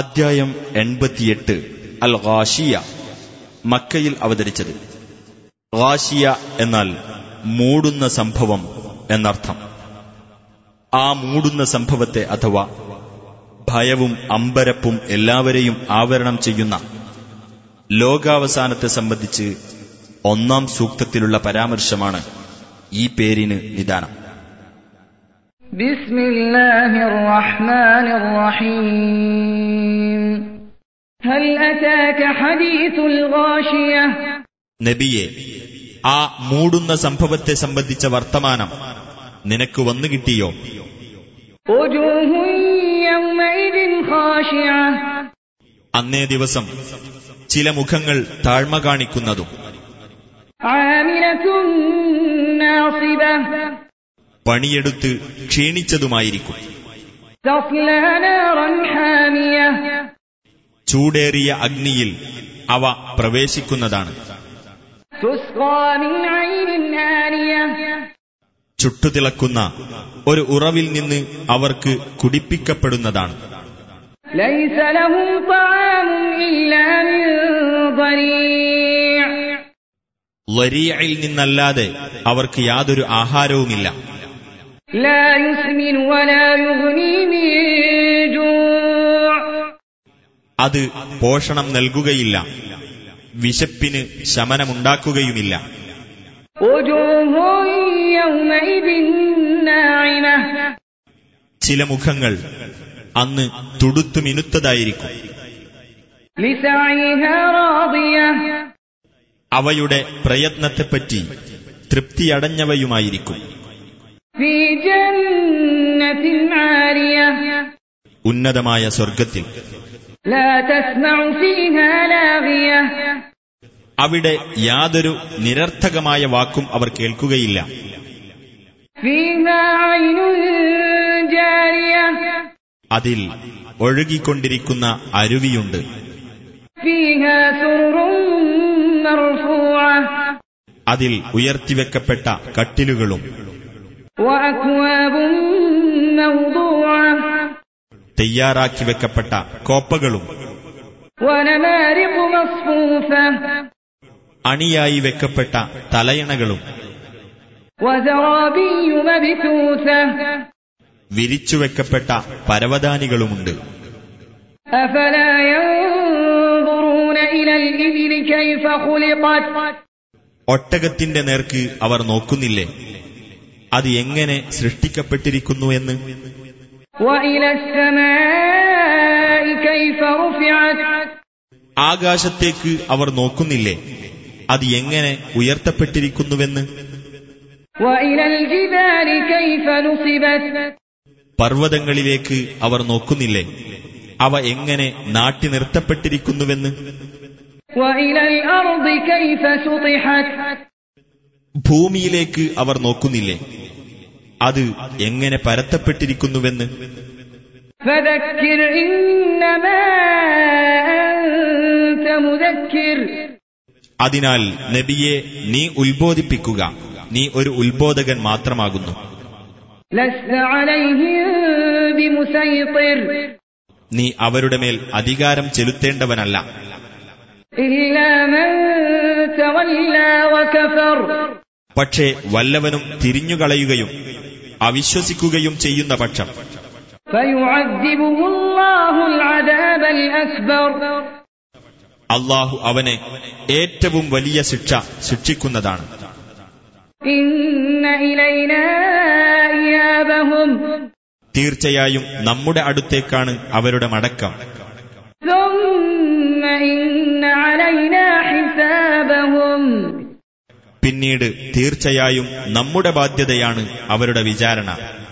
അധ്യായം എൺപത്തിയെട്ട് അൽ ഗാഷിയ മക്കയിൽ അവതരിച്ചത് ഗാഷിയ എന്നാൽ മൂടുന്ന സംഭവം എന്നർത്ഥം ആ മൂടുന്ന സംഭവത്തെ അഥവാ ഭയവും അമ്പരപ്പും എല്ലാവരെയും ആവരണം ചെയ്യുന്ന ലോകാവസാനത്തെ സംബന്ധിച്ച് ഒന്നാം സൂക്തത്തിലുള്ള പരാമർശമാണ് ഈ പേരിന് നിദാനം بسم الله الرحمن الرحيم هل أتاك حديث الغاشية നബിയെ ആ മൂടുന്ന സംഭവത്തെ സംബന്ധിച്ച വർത്തമാനം നിനക്ക് വന്നു കിട്ടിയോ وجوه يومئذ خاشعة അന്നേ ദിവസം ചില മുഖങ്ങൾ താഴ്മ കാണിക്കുന്നതും عاملة ناصبة പണിയെടുത്ത് ക്ഷീണിച്ചതുമായിരിക്കും تصلى نارا حامية ചൂടേറിയ അഗ്നിയിൽ അവ പ്രവേശിക്കുന്നതാണ് تسقى من عين آنية ചുട്ടുതിളക്കുന്ന ഒരു ഉറവിൽ നിന്ന് അവർക്ക് കുടിപ്പിക്കപ്പെടുന്നതാണ് ليس لهم طعام إلا من ضريع ലരിയയിൽ നിന്നല്ലാതെ അവർക്ക് യാതൊരു ആഹാരവുമില്ല لا يسمن ولا يغني من جوع അത് പോഷണം നൽകുകയില്ല വിശപ്പിന് ശമനമുണ്ടാക്കുകയുമില്ല وجوه يومئذ ناعمة ചില മുഖങ്ങൾ അന്ന് തുടുത്തുമിനുത്തതായിരിക്കും لسعيها راضية അവയുടെ പ്രയത്നത്തെപ്പറ്റി തൃപ്തിയടഞ്ഞവയുമായിരിക്കും في جنة عالية ഉന്നതമായ സ്വർഗത്തിൽ لا تسمع فيها لاغية അവിടെ യാതൊരു നിരർത്ഥകമായ വാക്കും അവർ കേൾക്കുകയില്ല فيها عين جارية അതിൽ ഒഴുകിക്കൊണ്ടിരിക്കുന്ന അരുവിയുണ്ട് فيها سرر مرفوعة അതിൽ ഉയർത്തിവെക്കപ്പെട്ട കട്ടിലുകളും وأكواب موضوعة തയ്യാറാക്കി വെക്കപ്പെട്ട കോപ്പകളും ونمارق مصفوفة അണിയായി വെക്കപ്പെട്ട തലയണകളും وزرابي مبثوثة വിരിച്ചുവെക്കപ്പെട്ട പരവതാനികളുമുണ്ട് أفلا ينظرون إلى الإبل كيف خلقت ഒട്ടകത്തിന്റെ നേർക്ക് അവർ നോക്കുന്നില്ലേ അത് എങ്ങനെ സൃഷ്ടിക്കപ്പെട്ടിരിക്കുന്നു എന്ന് وإلى السماء كيف رفعت ആകാശത്തേക്ക് അവർ നോക്കുന്നില്ലേ അത് എങ്ങനെ ഉയർത്തപ്പെട്ടിരിക്കുന്നുവെന്ന് وإلى الجبال كيف نصبت പർവ്വതങ്ങളിലേക്ക് അവർ നോക്കുന്നില്ലേ അവ എങ്ങനെ നാട്ടി നിർത്തപ്പെട്ടിരിക്കുന്നുവെന്ന് وإلى الأرض كيف سطحت ഭൂമിയിലേക്ക് അവർ നോക്കുന്നില്ലേ അത് എങ്ങനെ പരത്തപ്പെട്ടിരിക്കുന്നുവെന്ന് فذكر إنما أنت مذكر അതിനാൽ നബിയെ നീ ഉത്ബോധിപ്പിക്കുക നീ ഒരു ഉത്ബോധകൻ മാത്രമാകുന്നു لست عليهم بمسيطر നീ അവരുടെ മേൽ അധികാരം ചെലുത്തേണ്ടവനല്ല إلا من تولى وكفر പക്ഷേ വല്ലവനും തിരിഞ്ഞുകളയുകയും അവിശ്വസിക്കുകയും ചെയ്യുന്ന പക്ഷം فيعذبه الله العذاب الأكبر അള്ളാഹു അവനെ ഏറ്റവും വലിയ ശിക്ഷ ശിക്ഷിക്കുന്നതാണ് إن إلينا إيابهم തീർച്ചയായും നമ്മുടെ അടുത്തേക്കാണ് അവരുടെ മടക്കം ثم إن علينا حسابهم പിന്നീട് തീർച്ചയായും നമ്മുടെ ബാധ്യതയാണ് അവരുടെ വിചാരണ